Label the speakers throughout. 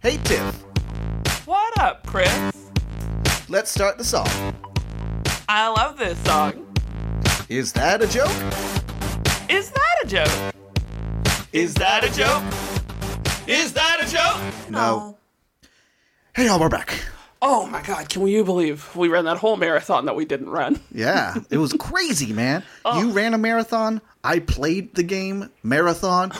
Speaker 1: Hey Tiff,
Speaker 2: What up, Chris?
Speaker 1: let's start the song.
Speaker 2: I love this song.
Speaker 1: Is that a joke?
Speaker 2: Is that a joke?
Speaker 1: Is that a joke?
Speaker 2: Is that a joke?
Speaker 1: No. Hey y'all, we're back.
Speaker 2: Oh my god, can you believe we ran that whole marathon that we didn't run?
Speaker 1: Yeah, it was crazy, man. You ran a marathon. I played the game Marathon.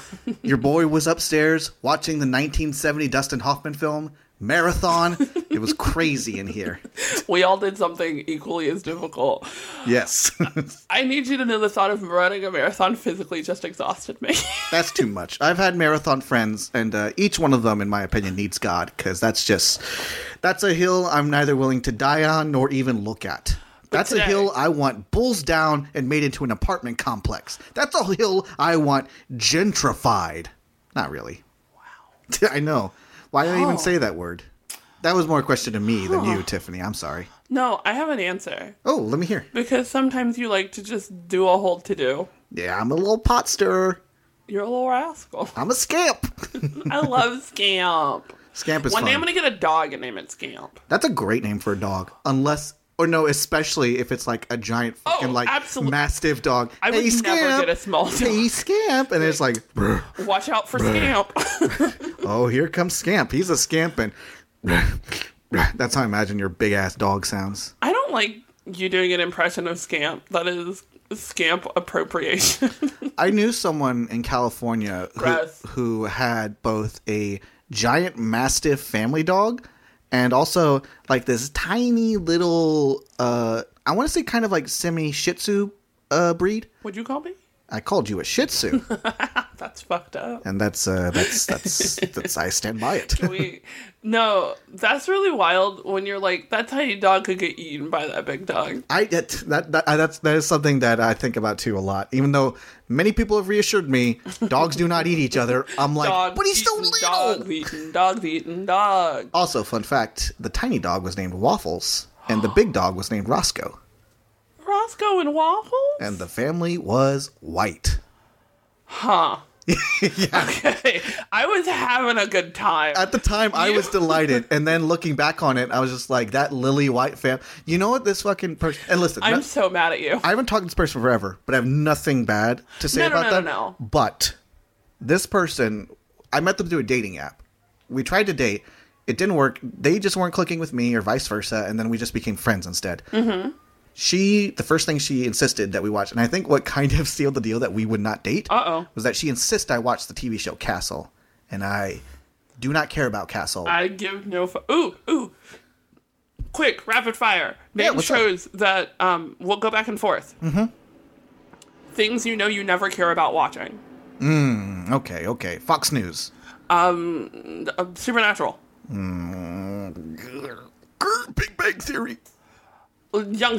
Speaker 1: Your boy was upstairs watching the 1970 Dustin Hoffman film Marathon. It was crazy in here.
Speaker 2: We all did something equally as difficult.
Speaker 1: Yes.
Speaker 2: I need you to know the thought of running a marathon physically just exhausted me.
Speaker 1: That's too much. I've had marathon friends, and uh, each one of them, in my opinion, needs God because that's just that's a hill I'm neither willing to die on nor even look at. That's a
Speaker 2: today-
Speaker 1: hill I want bulls down and made into an apartment complex. That's a hill I want gentrified. Not really. Wow. I know. Why did I
Speaker 2: Oh.
Speaker 1: even say that word? That was more a question to me than you, Tiffany. I'm sorry.
Speaker 2: no, I have an answer.
Speaker 1: Oh, let me hear.
Speaker 2: Because sometimes you like to just do a whole to do.
Speaker 1: Yeah, I'm a little pot stirrer.
Speaker 2: You're a little rascal.
Speaker 1: I'm a scamp.
Speaker 2: I love Scamp.
Speaker 1: Scamp is
Speaker 2: One
Speaker 1: fun.
Speaker 2: day I'm gonna get a dog and name it Scamp.
Speaker 1: That's a great name for a dog, unless or no, especially if it's like a giant fucking like
Speaker 2: Oh, absolute-
Speaker 1: mastiff dog.
Speaker 2: I would
Speaker 1: hey,
Speaker 2: never
Speaker 1: scamp.
Speaker 2: get a small dog.
Speaker 1: Hey, scamp, and it's like, "Brr.
Speaker 2: Watch out for Scamp.
Speaker 1: oh, here comes scamp. He's a scamp, and that's how I imagine your big ass dog sounds.
Speaker 2: I don't like you doing an impression of Scamp. That is Scamp appropriation.
Speaker 1: I knew someone in California
Speaker 2: Gross.
Speaker 1: who, who had both a giant mastiff family dog and also like this tiny little, uh, I want to say kind of like semi Shih Tzu uh, breed.
Speaker 2: Would you call me?
Speaker 1: I called you a Shih Tzu.
Speaker 2: That's fucked up.
Speaker 1: and that's uh, that's that's that's I stand by it.
Speaker 2: We, no, that's really wild when you're like, that tiny dog could get eaten by that big dog.
Speaker 1: I that that, that that's that is something that I think about too a lot. Even though many people have reassured me, dogs do not eat each other. I'm like,
Speaker 2: Dog
Speaker 1: but he's so
Speaker 2: eaten,
Speaker 1: little.
Speaker 2: Dog eaten, dog eaten, dog.
Speaker 1: Also, fun fact: the tiny dog was named Waffles, and the big dog was named Roscoe,
Speaker 2: Roscoe and Waffles?
Speaker 1: and the family was white.
Speaker 2: huh. Okay. I was having a good time.
Speaker 1: At the time, I
Speaker 2: You-
Speaker 1: was delighted, and then looking back on it, I was just like, that lily white fam. You know what? This fucking person. And listen,
Speaker 2: I'm
Speaker 1: no-
Speaker 2: so mad at you.
Speaker 1: I haven't talked to this person forever, but I have nothing bad to say
Speaker 2: No, no,
Speaker 1: about
Speaker 2: no,
Speaker 1: them.
Speaker 2: no, no.
Speaker 1: But this person, I met them through a dating app. We tried to date. It didn't work. They just weren't clicking with me, or vice versa, and then we just became friends instead. Mm-hmm. She, the first thing she insisted that we watch, and I think what kind of sealed the deal that we would not date,
Speaker 2: Uh-oh.
Speaker 1: was that she insisted I watch the TV show Castle, and I do not care about Castle.
Speaker 2: I give no. Fu- ooh, ooh. Quick, rapid fire. Name
Speaker 1: what's up?
Speaker 2: shows that um, we'll go back and forth. Mm-hmm. Things you know you never care about watching.
Speaker 1: okay, okay. Fox News.
Speaker 2: Uh, Supernatural.
Speaker 1: Grr, Big Bang Theory.
Speaker 2: Young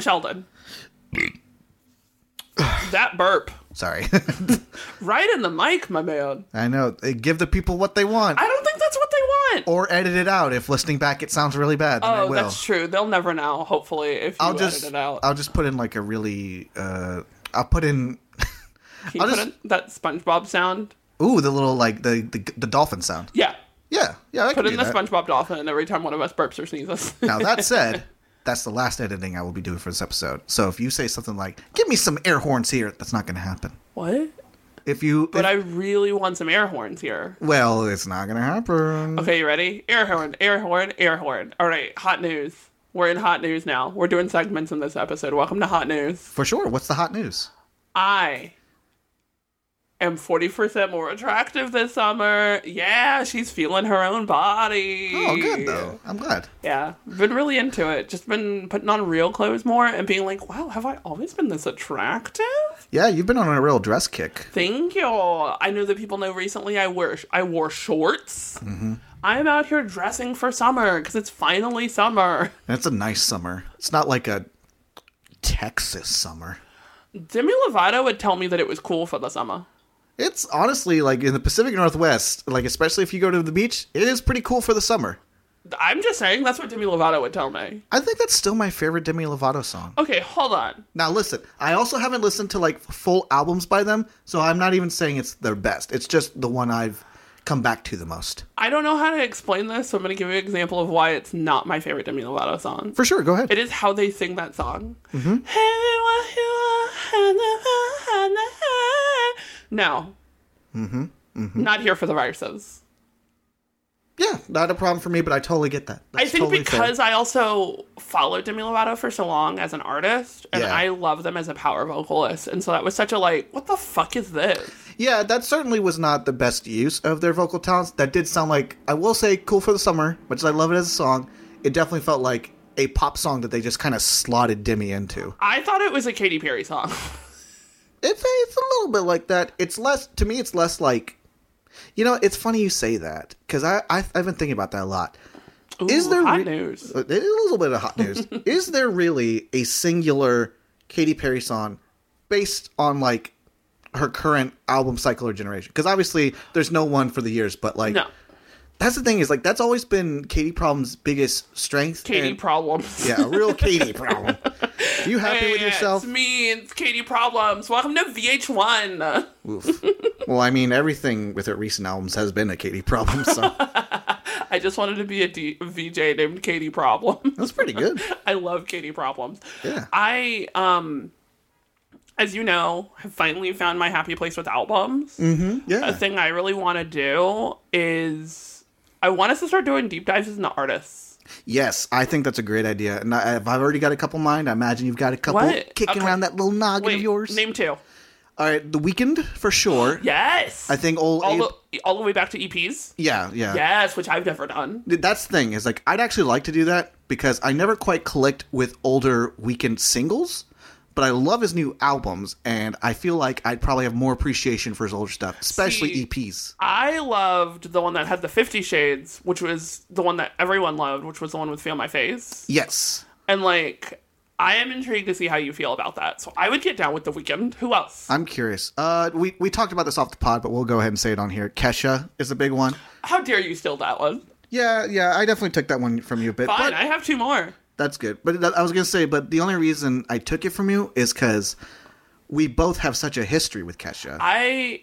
Speaker 2: Sheldon. that burp.
Speaker 1: Sorry.
Speaker 2: Right in the mic, my man.
Speaker 1: I know. They give the people what they want.
Speaker 2: I don't think that's what they want.
Speaker 1: or edit it out if listening back it sounds really bad. Then I
Speaker 2: oh,
Speaker 1: will.
Speaker 2: that's true. They'll never know. Hopefully, if you
Speaker 1: I'll
Speaker 2: edit
Speaker 1: just
Speaker 2: it out,
Speaker 1: I'll just put in like a really uh I'll put in
Speaker 2: Can you
Speaker 1: I'll
Speaker 2: put
Speaker 1: just-
Speaker 2: in that SpongeBob sound.
Speaker 1: ooh the little like the the, the dolphin sound.
Speaker 2: Yeah,
Speaker 1: Yeah, yeah. I
Speaker 2: put
Speaker 1: can
Speaker 2: in
Speaker 1: do
Speaker 2: the
Speaker 1: that.
Speaker 2: SpongeBob dolphin every time one of us burps or sneezes.
Speaker 1: Now that said, that's the last editing I will be doing for this episode. So if you say something like "Give me some air horns here," that's not going to happen.
Speaker 2: what?
Speaker 1: If you
Speaker 2: But
Speaker 1: if-
Speaker 2: I really want some air horns here.
Speaker 1: well, it's not going to happen.
Speaker 2: Okay, you ready? Air horn, air horn, air horn. All right, hot news. We're in hot news now. We're doing segments in this episode. Welcome to hot news.
Speaker 1: For sure. What's the hot news?
Speaker 2: I am 40% more attractive this summer. Yeah, she's feeling her own body.
Speaker 1: Oh, good though. I'm glad.
Speaker 2: Yeah, been really into it. Just been putting on real clothes more and being like, wow, have I always been this attractive?
Speaker 1: Yeah, you've been on a real dress kick.
Speaker 2: Thank you. I know that people know recently I wear I wore shorts. I'm out here dressing for summer because it's finally summer.
Speaker 1: And it's a nice summer. It's not like a Texas summer.
Speaker 2: Demi Lovato would tell me that it was cool for the summer.
Speaker 1: It's honestly like in the Pacific Northwest, like especially if you go to the beach, it is pretty cool for the summer.
Speaker 2: I'm just saying that's what Demi Lovato would tell me.
Speaker 1: I think that's still my favorite Demi Lovato song.
Speaker 2: Okay, hold on.
Speaker 1: Now listen, I also haven't listened to like full albums by them, so I'm not even saying it's their best. It's just the one I've come back to the most?
Speaker 2: I don't know how to explain this, so I'm going to give you an example of why it's not my favorite Demi Lovato song.
Speaker 1: For sure, go ahead.
Speaker 2: It is how they sing that song. No. Mm-hmm. Not here for the viruses.
Speaker 1: yeah, not a problem for me, but I totally get that.
Speaker 2: I
Speaker 1: That's
Speaker 2: think
Speaker 1: totally fair.
Speaker 2: because I also followed Demi Lovato for so long as an artist, and
Speaker 1: Yeah.
Speaker 2: I love them as a power vocalist, and so that was such a like, what the fuck is this?
Speaker 1: Yeah, that certainly was not the best use of their vocal talents. That did sound like I will say "Cool for the Summer," much as I love it as a song. It definitely felt like a pop song that they just kind of slotted Demi into.
Speaker 2: I thought it was a Katy Perry song.
Speaker 1: It's a, it's a little bit like that. It's less to me. It's less like, you know. It's funny you say that because I, I I've been thinking about that a lot.
Speaker 2: Ooh,
Speaker 1: Is there
Speaker 2: hot
Speaker 1: re-
Speaker 2: news?
Speaker 1: Uh, It is a little bit of hot news. is there really a singular Katy Perry song based on like her current album cycle or generation? Because obviously there's no one for the years, but like
Speaker 2: No,
Speaker 1: that's the thing is like that's always been Katy Problem's biggest strength.
Speaker 2: Katy
Speaker 1: and-
Speaker 2: problems.
Speaker 1: yeah, a real Katy problem. You happy with
Speaker 2: Hey,
Speaker 1: yourself?
Speaker 2: It's me. It's Katy problems. Welcome to VH1.
Speaker 1: Oof. Well, I mean, everything with her recent albums has been a Katy problem, so
Speaker 2: I just wanted to be a D- VJ named Katy Problem.
Speaker 1: that's pretty good.
Speaker 2: I love Katy problems.
Speaker 1: Yeah.
Speaker 2: I um as you know, have finally found my happy place with albums. The
Speaker 1: Yeah.
Speaker 2: thing I really want to do is I want us to start doing deep dives into artists.
Speaker 1: Yes, I think that's a great idea. And I, I've already got a couple in mind. I imagine you've got a couple
Speaker 2: What?
Speaker 1: kicking
Speaker 2: Okay.
Speaker 1: around that little noggin
Speaker 2: Wait,
Speaker 1: of yours.
Speaker 2: name two.
Speaker 1: All right, The Weekend for sure.
Speaker 2: Yes.
Speaker 1: I think old
Speaker 2: all
Speaker 1: Abe-
Speaker 2: the all the way back to EPs.
Speaker 1: yeah, yeah,
Speaker 2: Yes, which I've never done.
Speaker 1: That's the thing is like I'd actually like to do that because I never quite clicked with older Weekend singles, but I love his new albums and I feel like I'd probably have more appreciation for his older stuff, especially E
Speaker 2: See-
Speaker 1: EPs.
Speaker 2: I loved the one that had the Fifty Shades, which was the one that everyone loved, which was the one with Feel My Face.
Speaker 1: Yes.
Speaker 2: And like, I am intrigued to see how you feel about that. So I would get down with the weekend. Who else?
Speaker 1: I'm curious. Uh, we we talked about this off the pod, but we'll go ahead and say it on here. Kesha is a big one.
Speaker 2: How dare you steal that one?
Speaker 1: Yeah, yeah. I definitely took that one from you a bit.
Speaker 2: Fine,
Speaker 1: but-
Speaker 2: I have two more.
Speaker 1: That's good. But that, I was gonna say, but the only reason I took it from you is because we both have such a history with Kesha.
Speaker 2: I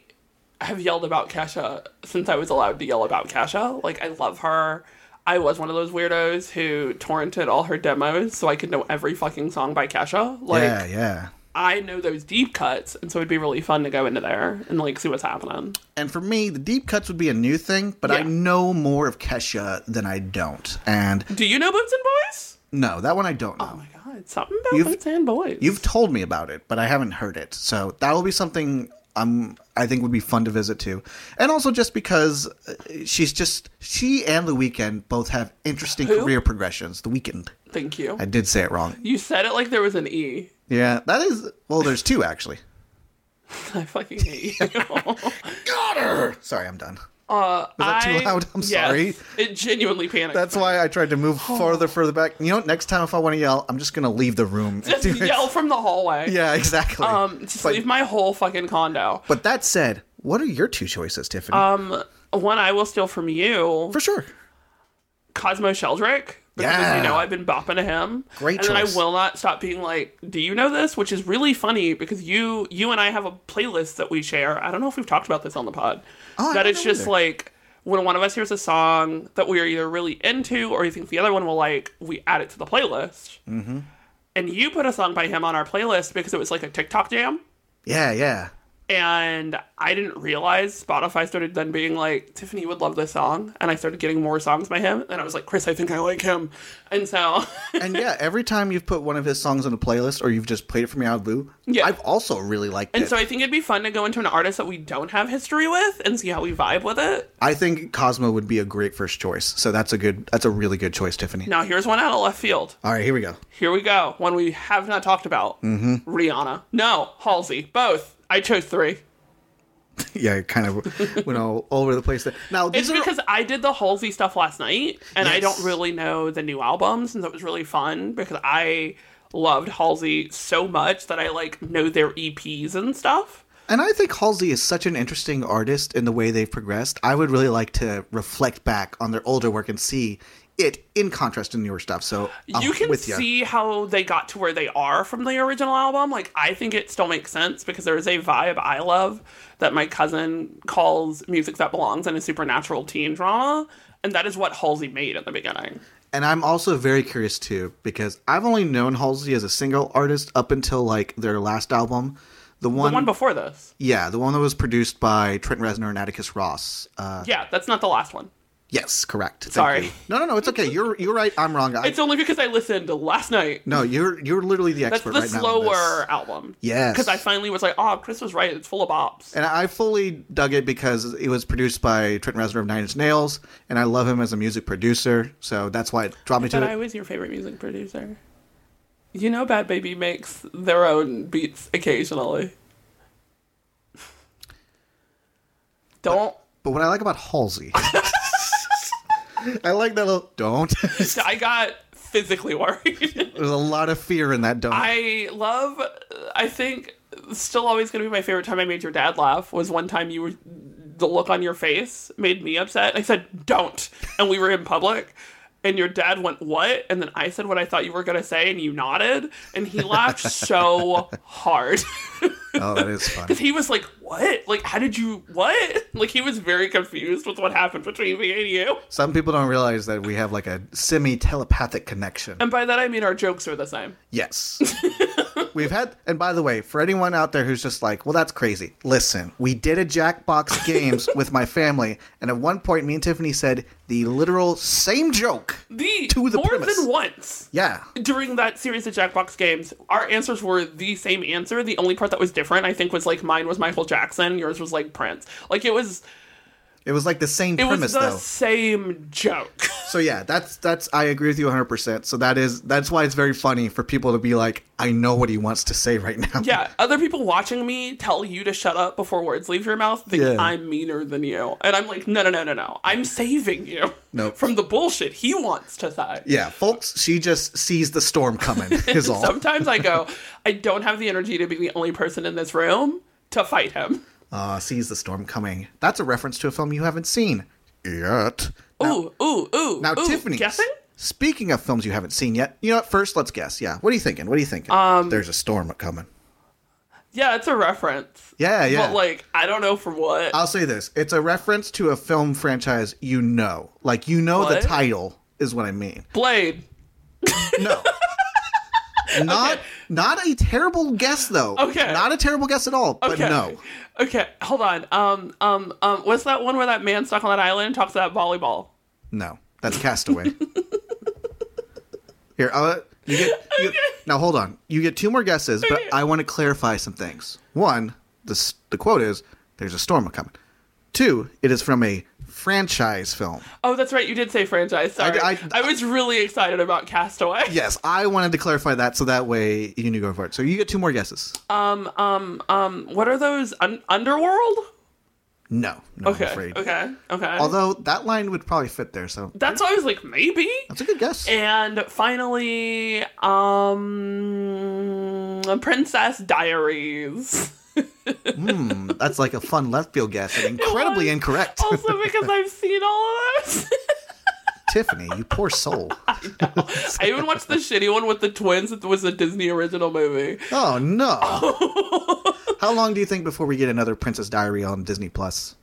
Speaker 2: have yelled about Kesha since I was allowed to yell about Kesha. Like, I love her. I was one of those weirdos who torrented all her demos so I could know every fucking song by Kesha. Like,
Speaker 1: yeah, yeah.
Speaker 2: I know those deep cuts, and so it'd be really fun to go into there and like see what's happening.
Speaker 1: And for me, the deep cuts would be a new thing, but I
Speaker 2: Yeah.
Speaker 1: know more of Kesha than I don't. And
Speaker 2: Do you know Boots and Boys?
Speaker 1: no, that one I don't know.
Speaker 2: Oh my god, something about
Speaker 1: You've-
Speaker 2: Boots and Boys.
Speaker 1: You've told me about it, but I haven't heard it. So that will be something um, I think would be fun to visit too. And also just because uh, she's just, she and The Weeknd both have interesting
Speaker 2: Who?
Speaker 1: career progressions. The Weeknd.
Speaker 2: Thank you.
Speaker 1: I did say it wrong.
Speaker 2: You said it like there was an E.
Speaker 1: Yeah, that is, well, there's two actually.
Speaker 2: I fucking hate you.
Speaker 1: Got her! Sorry, I'm done.
Speaker 2: Was
Speaker 1: that too loud? I'm sorry.
Speaker 2: It genuinely panicked.
Speaker 1: That's why I tried to move farther, further back. You know, what? next time if I want to yell, I'm just going to leave the room. and
Speaker 2: just
Speaker 1: do it.
Speaker 2: yell from the hallway.
Speaker 1: Yeah, exactly.
Speaker 2: Um, just
Speaker 1: But-
Speaker 2: leave my whole fucking condo. Um,
Speaker 1: But that said, what are your two choices, Tiffany?
Speaker 2: Uh, One I will steal from you,
Speaker 1: For sure.
Speaker 2: Cosmo Sheldrick. Because
Speaker 1: Yeah.
Speaker 2: as you know I've been bopping to him.
Speaker 1: Great
Speaker 2: And then I
Speaker 1: choice.
Speaker 2: will not stop being like, Do you know this? Which is really funny because you you and I have a playlist that we share. I don't know if we've talked about this on the pod.
Speaker 1: Oh, I
Speaker 2: that
Speaker 1: don't
Speaker 2: it's
Speaker 1: know
Speaker 2: just
Speaker 1: either.
Speaker 2: like when one of us hears a song that we are either really into or you think the other one will like, we add it to the playlist. Mm-hmm. And you put a song by him on our playlist because it was like a TikTok jam.
Speaker 1: Yeah, yeah.
Speaker 2: and I didn't realize Spotify started then being like, Tiffany would love this song. And I started getting more songs by him. And I was like, Chris, I think I like him. And so,
Speaker 1: And yeah, every time you've put one of his songs on a playlist or you've just played it for me out of the blue,
Speaker 2: Yeah.
Speaker 1: I've also really liked
Speaker 2: and
Speaker 1: it.
Speaker 2: so I think it'd be fun to go into an artist that we don't have history with and see how we vibe with it.
Speaker 1: I think Cosmo would be a great first choice. So that's a good that's a really good choice, Tiffany.
Speaker 2: Now, here's one out of left field.
Speaker 1: All right, here we go.
Speaker 2: Here we go. One we have not talked about Rihanna. No, Halsey. Both. I chose three.
Speaker 1: yeah, it kind of went all over the place. There. Now
Speaker 2: It's
Speaker 1: these are
Speaker 2: because I did the Halsey stuff last night, and I
Speaker 1: Yes.
Speaker 2: don't really know the new albums, and so it was really fun because I loved Halsey so much that I like know their EPs and stuff.
Speaker 1: And I think Halsey is such an interesting artist in the way they've progressed. I would really like to reflect back on their older work and see it in contrast to newer stuff. So I'm
Speaker 2: you can
Speaker 1: with ya.
Speaker 2: see how they got to where they are from the original album. Like, I think it still makes sense because there is a vibe I love that my cousin calls music that belongs in a supernatural teen drama. And that is what Halsey made in the beginning.
Speaker 1: And I'm also very curious too because I've only known Halsey as a single artist up until like their last album, the one,
Speaker 2: The one before this.
Speaker 1: yeah, the one that was produced by Trent Reznor and Atticus Ross. Uh,
Speaker 2: Yeah, that's not the last one.
Speaker 1: yes, correct. Thank
Speaker 2: Sorry.
Speaker 1: you. No, no, no, it's okay. You're you're right. I'm wrong. I,
Speaker 2: It's only because I listened last night.
Speaker 1: no, you're you're literally the
Speaker 2: That's
Speaker 1: expert
Speaker 2: the
Speaker 1: right now. on this.
Speaker 2: slower album.
Speaker 1: Yes.
Speaker 2: Because I finally was like, oh, Chris was right. It's full of bops.
Speaker 1: And I fully dug it because it was produced by Trent Reznor of Nine Inch Nails, and I love him as a music producer, so that's why it dropped me
Speaker 2: But
Speaker 1: to
Speaker 2: I
Speaker 1: it.
Speaker 2: was your favorite music producer. You know, Bad Baby makes their own beats occasionally. Don't.
Speaker 1: But what I like about Halsey, I like that little don't. There's
Speaker 2: I got physically worried.
Speaker 1: a lot of fear in that don't.
Speaker 2: I love. I think still always going to be my favorite time I made your dad laugh was one time you were the look on your face made me upset. I said don't, and we were in public. And your dad went, What? And then I said what I thought you were going to say, and you nodded. And he laughed so hard.
Speaker 1: oh, that is funny.
Speaker 2: Because he was like, "What? Like, how did you? What?" Like, he was very confused with what happened between me and you.
Speaker 1: Some people don't realize that we have like a semi telepathic connection.
Speaker 2: And by that I mean our jokes are the same.
Speaker 1: Yes. We've had, and by the way, for anyone out there who's just like, well, that's crazy. Listen, we did a Jackbox Games with my family, and at one point, me and Tiffany said the literal same joke.
Speaker 2: The,
Speaker 1: To the
Speaker 2: more
Speaker 1: premise.
Speaker 2: than once
Speaker 1: Yeah.
Speaker 2: during that series of Jackbox games, our answers were the same answer. The only part that was different, I think, was like mine was Michael Jackson, yours was like Prince. Like it was,
Speaker 1: It was like the same
Speaker 2: it
Speaker 1: premise,
Speaker 2: was the
Speaker 1: though.
Speaker 2: same joke.
Speaker 1: So yeah, that's that's I agree with you 100. percent So that is that's why it's very funny for people to be like, I know what he wants to say right now.
Speaker 2: yeah, other people watching me tell you to shut up before words leave your mouth think
Speaker 1: Yeah.
Speaker 2: I'm meaner than you, and I'm like, no, no, no, no, no. I'm saving you
Speaker 1: Nope.
Speaker 2: from the bullshit he wants to say.
Speaker 1: Yeah, folks. She just sees the storm coming. Is all.
Speaker 2: Sometimes I go, I don't have the energy to be the only person in this room to fight him.
Speaker 1: Uh, sees the storm coming. That's a reference to a film you haven't seen yet.
Speaker 2: ooh, ooh, ooh.
Speaker 1: Now,
Speaker 2: ooh.
Speaker 1: Tiffany.
Speaker 2: Guessing?
Speaker 1: Speaking of films you haven't seen yet, you know what? First, let's guess. Yeah. What are you thinking? What are you thinking? Um, There's a storm coming.
Speaker 2: Yeah, it's a reference.
Speaker 1: Yeah, yeah. Uh,
Speaker 2: But, like, I don't know from what.
Speaker 1: I'll say this: it's a reference to a film franchise you know, like you know
Speaker 2: What?
Speaker 1: the title is what I mean.
Speaker 2: Blade.
Speaker 1: No. not not a terrible guess though.
Speaker 2: Okay.
Speaker 1: Not a terrible guess at all. But
Speaker 2: Okay.
Speaker 1: no.
Speaker 2: Okay, hold on. Um, um, um, what's that one where that man stuck on that island talks about volleyball?
Speaker 1: No. That's castaway. Here, uh, you get you, now hold on. You get two more guesses, but I want to clarify some things. One, the s- the quote is there's a storm coming. Two, it is from a franchise film.
Speaker 2: Oh, that's right. You did say franchise. Sorry.
Speaker 1: I-
Speaker 2: I,
Speaker 1: I-
Speaker 2: was really excited about Castaway.
Speaker 1: Yes, I wanted to clarify that so that way you knew go for it. So you get two more guesses.
Speaker 2: Um, What are those? Un- Underworld?
Speaker 1: No, no, I'm
Speaker 2: Okay.
Speaker 1: afraid.
Speaker 2: Okay. Okay.
Speaker 1: Although that line would probably fit there, so
Speaker 2: that's why I was like, maybe?
Speaker 1: that's a good guess.
Speaker 2: And finally, um, Princess Diaries.
Speaker 1: That's like a fun left field guess and incredibly
Speaker 2: was. Oh.
Speaker 1: incorrect.
Speaker 2: also, because I've seen all of those.
Speaker 1: Tiffany, you poor soul.
Speaker 2: I even watched the shitty one with the twins. It was a Disney original movie.
Speaker 1: Oh no. How long do you think before we get another Princess Diary on Disney Plus?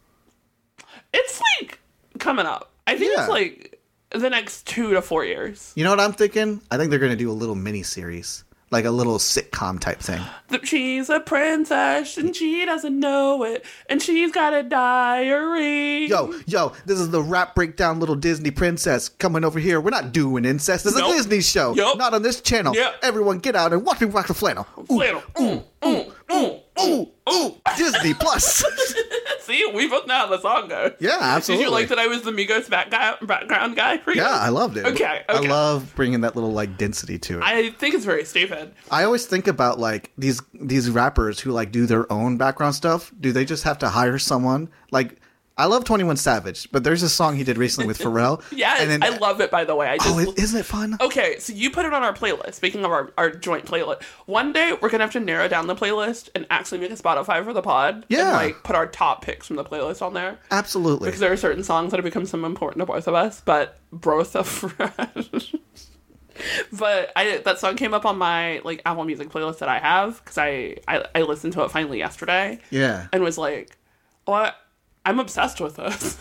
Speaker 2: It's like coming up. I think
Speaker 1: Yeah.
Speaker 2: it's like the next two to four years.
Speaker 1: You know what I'm thinking? I think they're gonna do a little mini series. Like a little sitcom type thing.
Speaker 2: The- She's a princess and she doesn't know it, and she's got a diary.
Speaker 1: Yo, yo, this is the rap breakdown little Disney princess coming over here. We're not doing incest. This is
Speaker 2: Nope.
Speaker 1: a Disney show.
Speaker 2: Yup.
Speaker 1: Not on this channel.
Speaker 2: Yep.
Speaker 1: Everyone get out and watch me rock the flannel. Ooh,
Speaker 2: Flannel. Mm, mm, mm, mm.
Speaker 1: ooh, ooh, Disney Plus.
Speaker 2: See, we both know how the song goes.
Speaker 1: yeah,
Speaker 2: Did
Speaker 1: absolutely.
Speaker 2: you like that I was the Migos back guy, background guy for you?
Speaker 1: Yeah, I loved it.
Speaker 2: Okay,
Speaker 1: I
Speaker 2: okay.
Speaker 1: love bringing that little like density to it.
Speaker 2: I think it's very stupid.
Speaker 1: I always think about like these these rappers who like do their own background stuff. Do they just have to hire someone? Like I love Twenty One Savage, but there's a song he did recently with Pharrell.
Speaker 2: Yeah,
Speaker 1: and
Speaker 2: I love it. By the way, I just
Speaker 1: Oh, is isn't it fun?
Speaker 2: okay. So you put it on our playlist. Speaking of our, our joint playlist, one day we're gonna have to narrow down the playlist and actually make a Spotify for the pod. and,
Speaker 1: Yeah.
Speaker 2: like put our top picks from the playlist on there
Speaker 1: Absolutely.
Speaker 2: because there are certain songs that have become so important to both of us. But both of us. But I that song came up on my like Apple Music playlist that I have because I, I I listened to it finally yesterday
Speaker 1: Yeah,
Speaker 2: and was like, oh, I, I'm obsessed with this.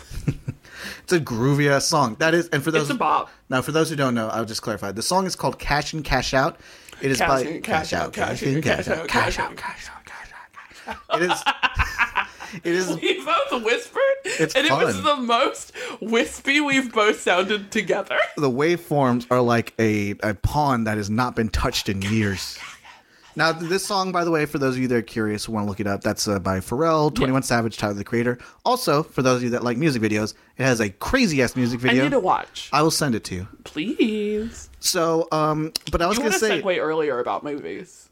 Speaker 1: it's a groovy ass song. That is, and for
Speaker 2: it's
Speaker 1: those
Speaker 2: a bop.
Speaker 1: now, for those who don't know, I'll just clarify. The song is called "Cash In, Cash Out." It is
Speaker 2: Cash
Speaker 1: by
Speaker 2: in, cash out, cash in, cash out, cash out, cash out, cash out.
Speaker 1: It is. It is.
Speaker 2: We both whispered,
Speaker 1: It's
Speaker 2: and it was
Speaker 1: fun.
Speaker 2: the most wispy we've both sounded together.
Speaker 1: the waveforms are like a, a pawn that has not been touched in years. Now, th- this song, by the way, for those of you that are curious who want to look it up, that's uh, by Pharrell, 21 Savage, Tyler the Creator. Also, for those of you that like music videos, it has a crazy ass music
Speaker 2: I need to
Speaker 1: video.
Speaker 2: watch,
Speaker 1: I, will send it to you.
Speaker 2: please.
Speaker 1: So, um, but I was
Speaker 2: You
Speaker 1: going
Speaker 2: had a
Speaker 1: to say,
Speaker 2: segue earlier about movies.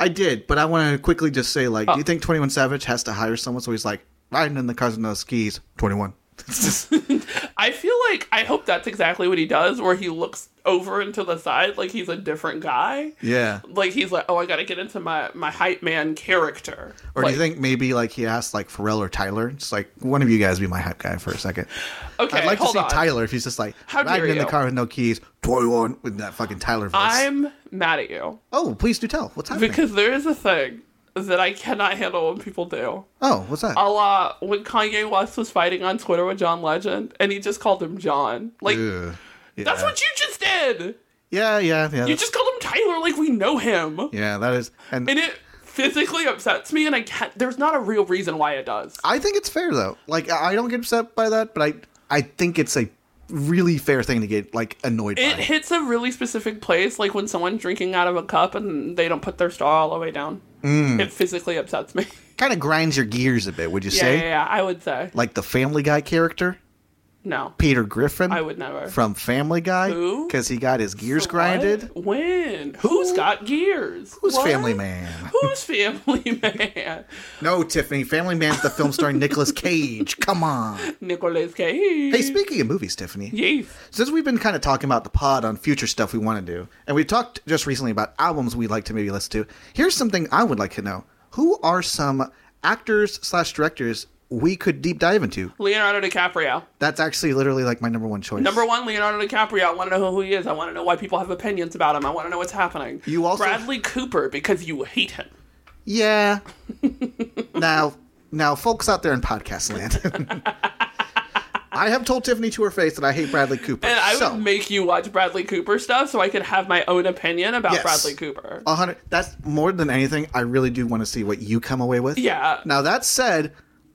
Speaker 1: I did, but I want to quickly just say, like, do
Speaker 2: Oh.
Speaker 1: you think 21 Savage has to hire someone? So he's like, riding in the cars and those skis, 21.
Speaker 2: I feel like I hope that's exactly what he does, where he looks over into the side like he's a different guy.
Speaker 1: Yeah.
Speaker 2: Like he's like, oh, I got to get into my my hype man character.
Speaker 1: Or
Speaker 2: like,
Speaker 1: do you think maybe like he asked like Pharrell or Tyler? Just like one of you guys be my hype guy for a second.
Speaker 2: Okay,
Speaker 1: I'd like to
Speaker 2: hold
Speaker 1: see
Speaker 2: on.
Speaker 1: Tyler if he's just like
Speaker 2: How dare
Speaker 1: riding in the
Speaker 2: you.
Speaker 1: car with no keys, toy one with that fucking Tyler voice.
Speaker 2: I'm mad at you
Speaker 1: Oh, please do tell. What's happening?
Speaker 2: because there is a thing that I cannot handle when people do.
Speaker 1: oh, what's that?
Speaker 2: a la when Kanye West was fighting on Twitter with John Legend, and he just called him John. Like
Speaker 1: Ugh. yeah.
Speaker 2: that's what you just did.
Speaker 1: Yeah, yeah, yeah.
Speaker 2: You just called him Tyler, like we know him,
Speaker 1: yeah, that is. And
Speaker 2: and it physically upsets me. And I can't. There's not a real reason why it does.
Speaker 1: I think it's fair though. Like I I don't get upset by that, but I I think it's a really fair thing to get like annoyed
Speaker 2: It
Speaker 1: by.
Speaker 2: hits a really specific place, like when someone's drinking out of a cup and they don't put their straw all the way down.
Speaker 1: Mm.
Speaker 2: It physically upsets me.
Speaker 1: Kind of grinds your gears a bit, would you
Speaker 2: yeah,
Speaker 1: say?
Speaker 2: yeah, yeah, I would say
Speaker 1: Like the Family Guy character,
Speaker 2: no.
Speaker 1: Peter Griffin
Speaker 2: I would never.
Speaker 1: from Family Guy,
Speaker 2: Who?
Speaker 1: because he got his gears
Speaker 2: What?
Speaker 1: grinded.
Speaker 2: When? Who's got gears?
Speaker 1: Who's
Speaker 2: What?
Speaker 1: Family Man?
Speaker 2: Who's Family Man?
Speaker 1: No, Tiffany. Family Man's the film starring Nicolas Cage. Come on.
Speaker 2: Nicolas Cage.
Speaker 1: Hey, speaking of movies, Tiffany,
Speaker 2: Yes.
Speaker 1: since we've been kind of talking about the pod on future stuff we want to do, and we talked just recently about albums we'd like to maybe listen to, here's something I would like to know: Who are some actors slash directors we could deep dive into?
Speaker 2: Leonardo DiCaprio.
Speaker 1: That's actually literally like my number one choice.
Speaker 2: Number one, Leonardo DiCaprio. I want to know who he is. I want to know why people have opinions about him. I want to know what's happening.
Speaker 1: You also-
Speaker 2: Bradley Cooper because you hate him.
Speaker 1: Yeah. now, now, folks out there in podcast land. I have told Tiffany to her face that I hate Bradley Cooper.
Speaker 2: And I would
Speaker 1: so,
Speaker 2: make you watch Bradley Cooper stuff so I could have my own opinion about
Speaker 1: Yes. Uh,
Speaker 2: Bradley Cooper.
Speaker 1: A hundred. That's more than anything. I really do want to see what you come away with.
Speaker 2: Yeah.
Speaker 1: Now that said,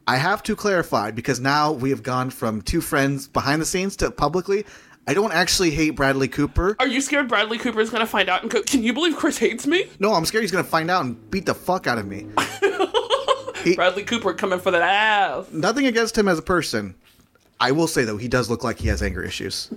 Speaker 1: I have to clarify because now we have gone from two friends behind the scenes to publicly. I don't actually hate Bradley Cooper.
Speaker 2: Are you scared Bradley Cooper is going to find out and go, can you believe Chris hates me?
Speaker 1: No, I'm scared he's gonna find out and beat the fuck out of me.
Speaker 2: Bradley Cooper coming for that ass.
Speaker 1: Nothing against him as a person. I will say though, he does look like he has anger issues.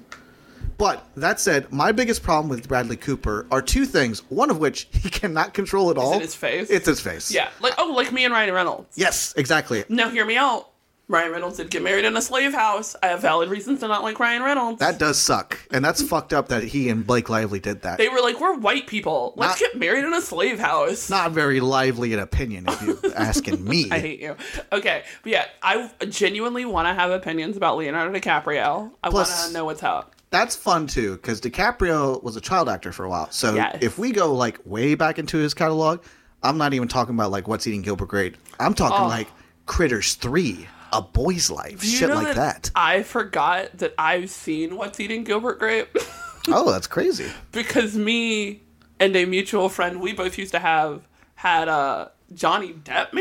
Speaker 1: But that said, my biggest problem with Bradley Cooper are two things. One of which he cannot control at all.
Speaker 2: his face?
Speaker 1: It's his face.
Speaker 2: Yeah. Like, oh, like me and Ryan Reynolds.
Speaker 1: Yes, exactly.
Speaker 2: Now, hear me out. Ryan Reynolds did get married in a slave house. I have valid reasons to not like Ryan Reynolds.
Speaker 1: That does suck, and that's fucked up that he and Blake Lively did that.
Speaker 2: they were like, we're white people. Let's
Speaker 1: Not-
Speaker 2: get married in a slave house.
Speaker 1: Not very lively an opinion, if you're asking me.
Speaker 2: I hate you. Okay, but yeah, I genuinely want to have opinions about Leonardo DiCaprio. I want
Speaker 1: Plus-
Speaker 2: to know what's up.
Speaker 1: That's fun too, because DiCaprio was a child actor for a while. So
Speaker 2: Yes.
Speaker 1: if we go like way back into his catalog, I'm not even talking about like what's eating Gilbert Grape. I'm talking like Critters Three, A Boy's Life,
Speaker 2: Oh. Do you
Speaker 1: shit
Speaker 2: know
Speaker 1: like that.
Speaker 2: I forgot that I've seen What's Eating Gilbert Grape
Speaker 1: oh, that's crazy.
Speaker 2: because me and a mutual friend we both used to have had a Johnny Depp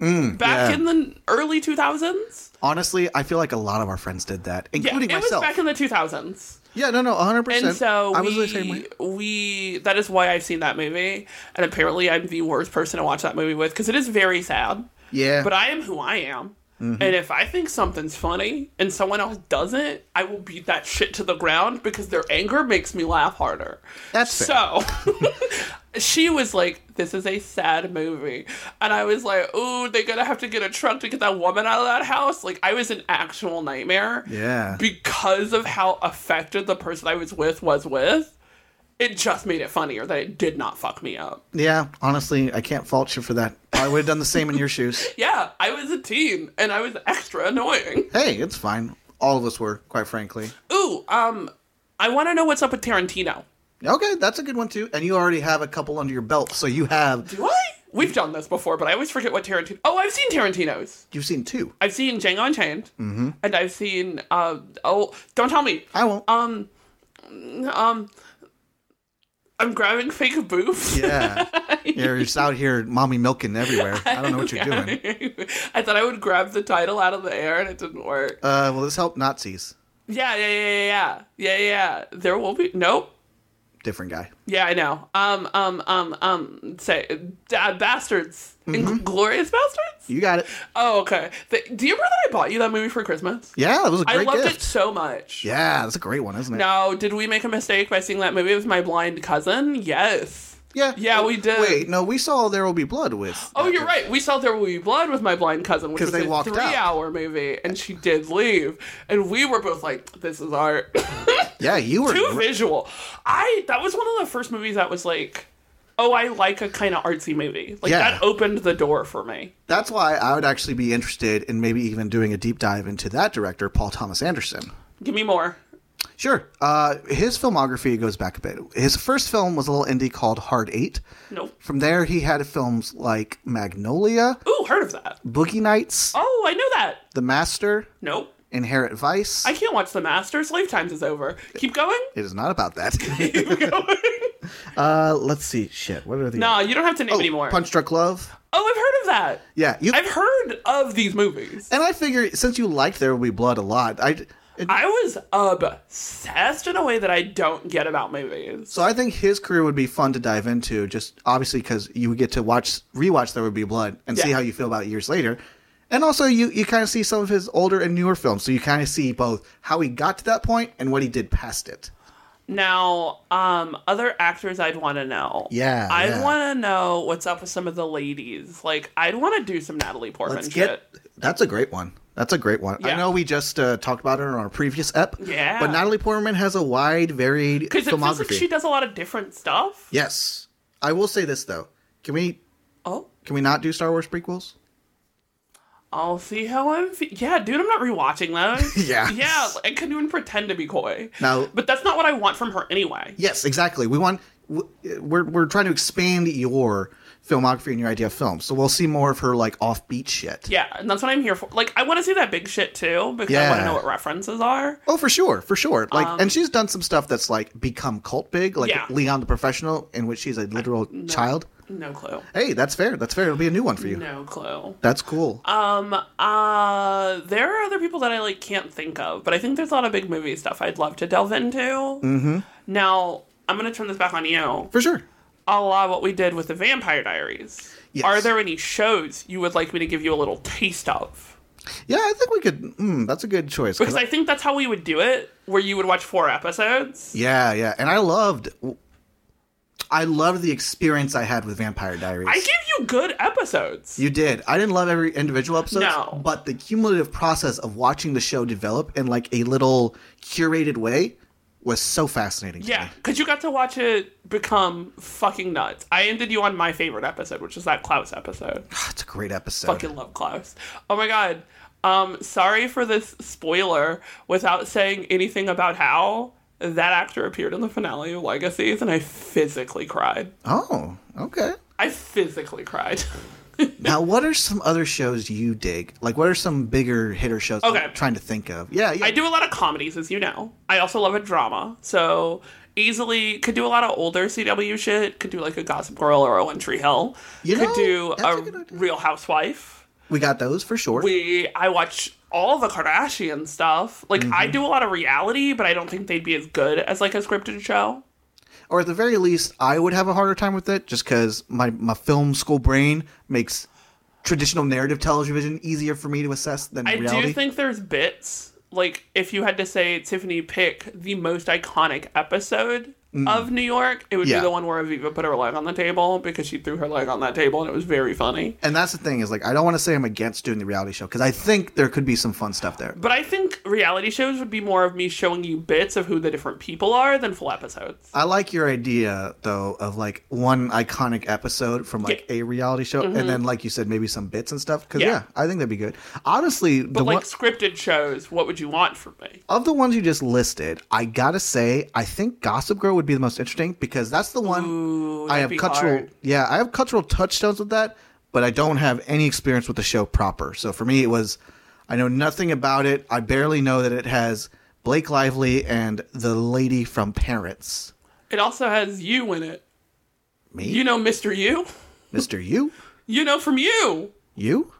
Speaker 2: marathon back
Speaker 1: Mm, yeah.
Speaker 2: in the early 2000s.
Speaker 1: Honestly, I feel like a lot of our friends did that,
Speaker 2: Yeah,
Speaker 1: including
Speaker 2: it was
Speaker 1: myself.
Speaker 2: back in the 2000s.
Speaker 1: yeah, no, no, 100. percent
Speaker 2: And so
Speaker 1: I
Speaker 2: we,
Speaker 1: was the same way.
Speaker 2: we that is why I've seen that movie, and apparently I'm the worst person to watch that movie with because it is very sad.
Speaker 1: Yeah,
Speaker 2: But I am who I am, and if I think something's funny and someone else doesn't, I will beat that shit to the ground because their anger makes me laugh harder.
Speaker 1: that's fair.
Speaker 2: So she was like, "This is a sad movie," and I was like, "Oh, they're gonna have to get a truck to get that woman out of that house." Like, I was an actual nightmare
Speaker 1: Yeah.
Speaker 2: because of how affected the person I was with was with. It just made it funnier that it did not fuck me up.
Speaker 1: Yeah, honestly, I can't fault you for that. I would have done the same in your shoes.
Speaker 2: Yeah, I was a teen and I was extra annoying.
Speaker 1: Hey, it's fine. All of us were, quite frankly.
Speaker 2: Ooh, um, I want to know what's up with Tarantino.
Speaker 1: Okay, that's a good one too. And you already have a couple under your belt, so you have
Speaker 2: What? We've done this before, but I always forget what Tarantino. Oh, I've seen Tarantino's.
Speaker 1: you've seen two.
Speaker 2: I've seen Django Unchained, mm-hmm. and I've seen. Uh, oh, don't tell me.
Speaker 1: I won't.
Speaker 2: Um, um, I'm grabbing fake boobs.
Speaker 1: yeah, you're just out here, mommy milking everywhere. I don't know what you're doing.
Speaker 2: I thought I would grab the title out of the air, and it didn't work.
Speaker 1: Uh, will this help Nazis?
Speaker 2: Yeah, yeah, yeah, yeah, yeah, yeah, yeah. There will be nope.
Speaker 1: Different guy.
Speaker 2: Yeah, I know. Um, um, um, um. Say, uh, bastards,
Speaker 1: Mm-hmm.
Speaker 2: inglorious bastards.
Speaker 1: You got it.
Speaker 2: Oh, okay. The, do you remember that I bought you that movie for Christmas?
Speaker 1: Yeah, that was a
Speaker 2: I
Speaker 1: great
Speaker 2: loved
Speaker 1: gift.
Speaker 2: it so much.
Speaker 1: Yeah, that's a great one, isn't it?
Speaker 2: Now, did we make a mistake by seeing that movie with my blind cousin? Yes.
Speaker 1: Yeah.
Speaker 2: Yeah, we did.
Speaker 1: Wait, no, we saw There Will Be Blood with.
Speaker 2: Oh, you're right. We saw There Will Be Blood with my blind cousin, which
Speaker 1: 'Cause
Speaker 2: was
Speaker 1: they
Speaker 2: a
Speaker 1: walked out.
Speaker 2: three-hour movie, and she did leave, and we were both like, "This is art."
Speaker 1: Yeah, you were.
Speaker 2: too
Speaker 1: gr-
Speaker 2: visual. I that was one of the first movies that was like, oh, I like a kind of artsy movie. Like
Speaker 1: Yeah.
Speaker 2: that opened the door for me.
Speaker 1: That's why I would actually be interested in maybe even doing a deep dive into that director, Paul Thomas Anderson.
Speaker 2: Give me more.
Speaker 1: Sure. Uh, his filmography goes back a bit. His first film was a little indie called Hard Eight.
Speaker 2: Nope.
Speaker 1: From there, he had films like Magnolia,
Speaker 2: Ooh, heard of that?
Speaker 1: Boogie Nights,
Speaker 2: Oh, I know that.
Speaker 1: The Master,
Speaker 2: Nope.
Speaker 1: Inherit Vice.
Speaker 2: I can't watch The Master. Slave Times is over. Keep going.
Speaker 1: It is not about that.
Speaker 2: Keep going.
Speaker 1: uh, let's see. Shit. What are the
Speaker 2: no, you don't have to name anymore.
Speaker 1: Oh, Punch Drunk Love?
Speaker 2: Oh, I've heard of that.
Speaker 1: Yeah. You
Speaker 2: I've heard of these movies.
Speaker 1: and I figure since you liked There Will Be Blood a lot, I. it-
Speaker 2: I was obsessed in a way that I don't get about movies.
Speaker 1: So I think his career would be fun to dive into, just obviously because you would get to watch rewatch There Would Be Blood and see
Speaker 2: Yeah.
Speaker 1: how you feel about it years later, and also you you kind of see some of his older and newer films, so you kind of see both how he got to that point and what he did past it.
Speaker 2: Now, um, other actors I'd want to know.
Speaker 1: Yeah,
Speaker 2: I
Speaker 1: yeah.
Speaker 2: want to know what's up with some of the ladies. Like, I'd want to do some Natalie Portman
Speaker 1: Let's
Speaker 2: shit.
Speaker 1: get that's a great one. That's a great one. I
Speaker 2: Yeah.
Speaker 1: know we just uh, talked about her on our previous ep.
Speaker 2: Yeah.
Speaker 1: But Natalie Portman has a wide, varied
Speaker 2: Because it feels like
Speaker 1: filmography.
Speaker 2: she does a lot of different stuff.
Speaker 1: yes, I will say this though. Can we
Speaker 2: Oh,
Speaker 1: can we not do Star Wars prequels?
Speaker 2: I'll see how I'm. Fe- yeah, dude, I'm not rewatching those.
Speaker 1: Yeah.
Speaker 2: Yeah, I couldn't even pretend to be coy.
Speaker 1: Now-
Speaker 2: But that's not what I want from her anyway.
Speaker 1: Yes, exactly. We want w- we're we're trying to expand your filmography and your idea of film. So we'll see more of her like offbeat shit.
Speaker 2: Yeah, and that's what I'm here for. Like, I want to see that big shit too, because I want
Speaker 1: Yeah.
Speaker 2: to know what references are.
Speaker 1: Oh, for sure, for sure. Like, and she's done some stuff that's like become cult big, like
Speaker 2: Um, Yeah.
Speaker 1: Leon the Professional, in which she's a literal child.
Speaker 2: No clue.
Speaker 1: Hey, that's fair. That's fair. It'll be a new one for you.
Speaker 2: No clue.
Speaker 1: That's cool.
Speaker 2: Um, uh, there are other people that I like can't think of, but I think there's a lot of big movie stuff I'd love to delve into. Mm-hmm. Now, I'm gonna turn this back on you.
Speaker 1: for sure.
Speaker 2: A la what we did with the Vampire Diaries.
Speaker 1: Yes.
Speaker 2: Are there any shows you would like me to give you a little taste of?
Speaker 1: Yeah, I think we could. Mm, that's a good choice. 'cause
Speaker 2: Because I think that's how we would do it, where you would watch four episodes.
Speaker 1: yeah, yeah, and I loved. I loved the experience I had with Vampire Diaries.
Speaker 2: I gave you good episodes.
Speaker 1: You did. I didn't love every individual episode,
Speaker 2: No.
Speaker 1: but the cumulative process of watching the show develop in like a little curated way was so fascinating. to
Speaker 2: yeah,
Speaker 1: me.
Speaker 2: because you got to watch it become fucking nuts. I ended you on my favorite episode, which is that Klaus episode.
Speaker 1: it's a great episode.
Speaker 2: fucking love Klaus. Oh my god. Um, sorry for this spoiler without saying anything about how that actor appeared in the finale of Legacies, and I physically cried.
Speaker 1: oh, okay.
Speaker 2: I physically cried.
Speaker 1: Now, what are some other shows you dig? Like, what are some bigger hitter shows? I'm
Speaker 2: Okay.
Speaker 1: trying to think of. Yeah, yeah.
Speaker 2: I do a lot of comedies, as you know. I also love a drama, so easily could do a lot of older CW shit. Could do like a Gossip Girl or a One Tree Hill.
Speaker 1: You
Speaker 2: could
Speaker 1: know,
Speaker 2: do
Speaker 1: that's a good
Speaker 2: a
Speaker 1: idea.
Speaker 2: Real Housewife.
Speaker 1: we got those for sure.
Speaker 2: we I watch all the Kardashian stuff. Like
Speaker 1: Mm-hmm.
Speaker 2: I do a lot of reality, but I don't think they'd be as good as like a scripted show.
Speaker 1: or at the very least, I would have a harder time with it just because my my film school brain makes traditional narrative television easier for me to assess than
Speaker 2: I
Speaker 1: reality.
Speaker 2: do think there's bits like if you had to say Tiffany pick the most iconic episode, of New York, it would
Speaker 1: Mm. Yeah.
Speaker 2: be the one where Aviva put her leg on the table because she threw her leg on that table and it was very funny.
Speaker 1: And that's the thing is like I don't want to say I'm against doing the reality show because I think there could be some fun stuff there.
Speaker 2: But I think reality shows would be more of me showing you bits of who the different people are than full episodes.
Speaker 1: I like your idea though of like one iconic episode from like a reality show, and then like you said, maybe some bits and stuff. Because yeah.
Speaker 2: Mm-hmm. Yeah.
Speaker 1: I think that'd be good. Honestly, the
Speaker 2: But like
Speaker 1: one,
Speaker 2: scripted shows, what would you want from me?
Speaker 1: of the ones you just listed, I gotta say, I think Gossip Girl would be the most interesting because that's the one
Speaker 2: Ooh,
Speaker 1: I
Speaker 2: that'd
Speaker 1: have
Speaker 2: be
Speaker 1: cultural.
Speaker 2: hard.
Speaker 1: Yeah, I have cultural touchstones with that, but I don't have any experience with the show proper. So for me, it was I know nothing about it. I barely know that it has Blake Lively and the lady from Parents.
Speaker 2: It also has you in it.
Speaker 1: Me,
Speaker 2: You know Mr. You?
Speaker 1: Mister You,
Speaker 2: You know from you.
Speaker 1: you,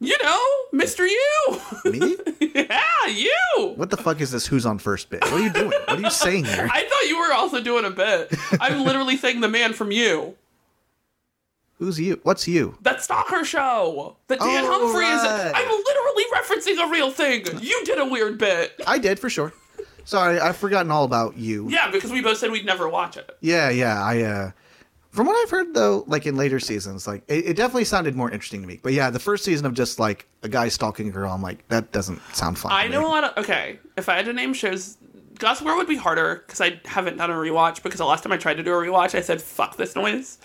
Speaker 2: You know, Mr. You.
Speaker 1: me.
Speaker 2: yeah, you.
Speaker 1: What the fuck is this? Who's on first bit? What are you doing? What are you saying here?
Speaker 2: I thought you were also doing a bit. I'm literally saying the man from you.
Speaker 1: Who's you? What's you?
Speaker 2: That stalker show. That Dan
Speaker 1: Oh,
Speaker 2: Humphrey
Speaker 1: right.
Speaker 2: is. I'm literally referencing a real thing. You did a weird bit.
Speaker 1: I did for sure. Sorry, I've forgotten all about you.
Speaker 2: Yeah, because we both said we'd never watch it.
Speaker 1: Yeah, yeah. I uh from what I've heard though, like in later seasons, like it, it definitely sounded more interesting to me. But yeah, the first season of just like a guy stalking a girl, I'm like, that doesn't sound fun.
Speaker 2: I
Speaker 1: to
Speaker 2: know a
Speaker 1: me.
Speaker 2: lot of. Okay, if I had to name shows, Gossip Girl would be harder because I haven't done a rewatch. Because the last time I tried to do a rewatch, I said "fuck this noise,"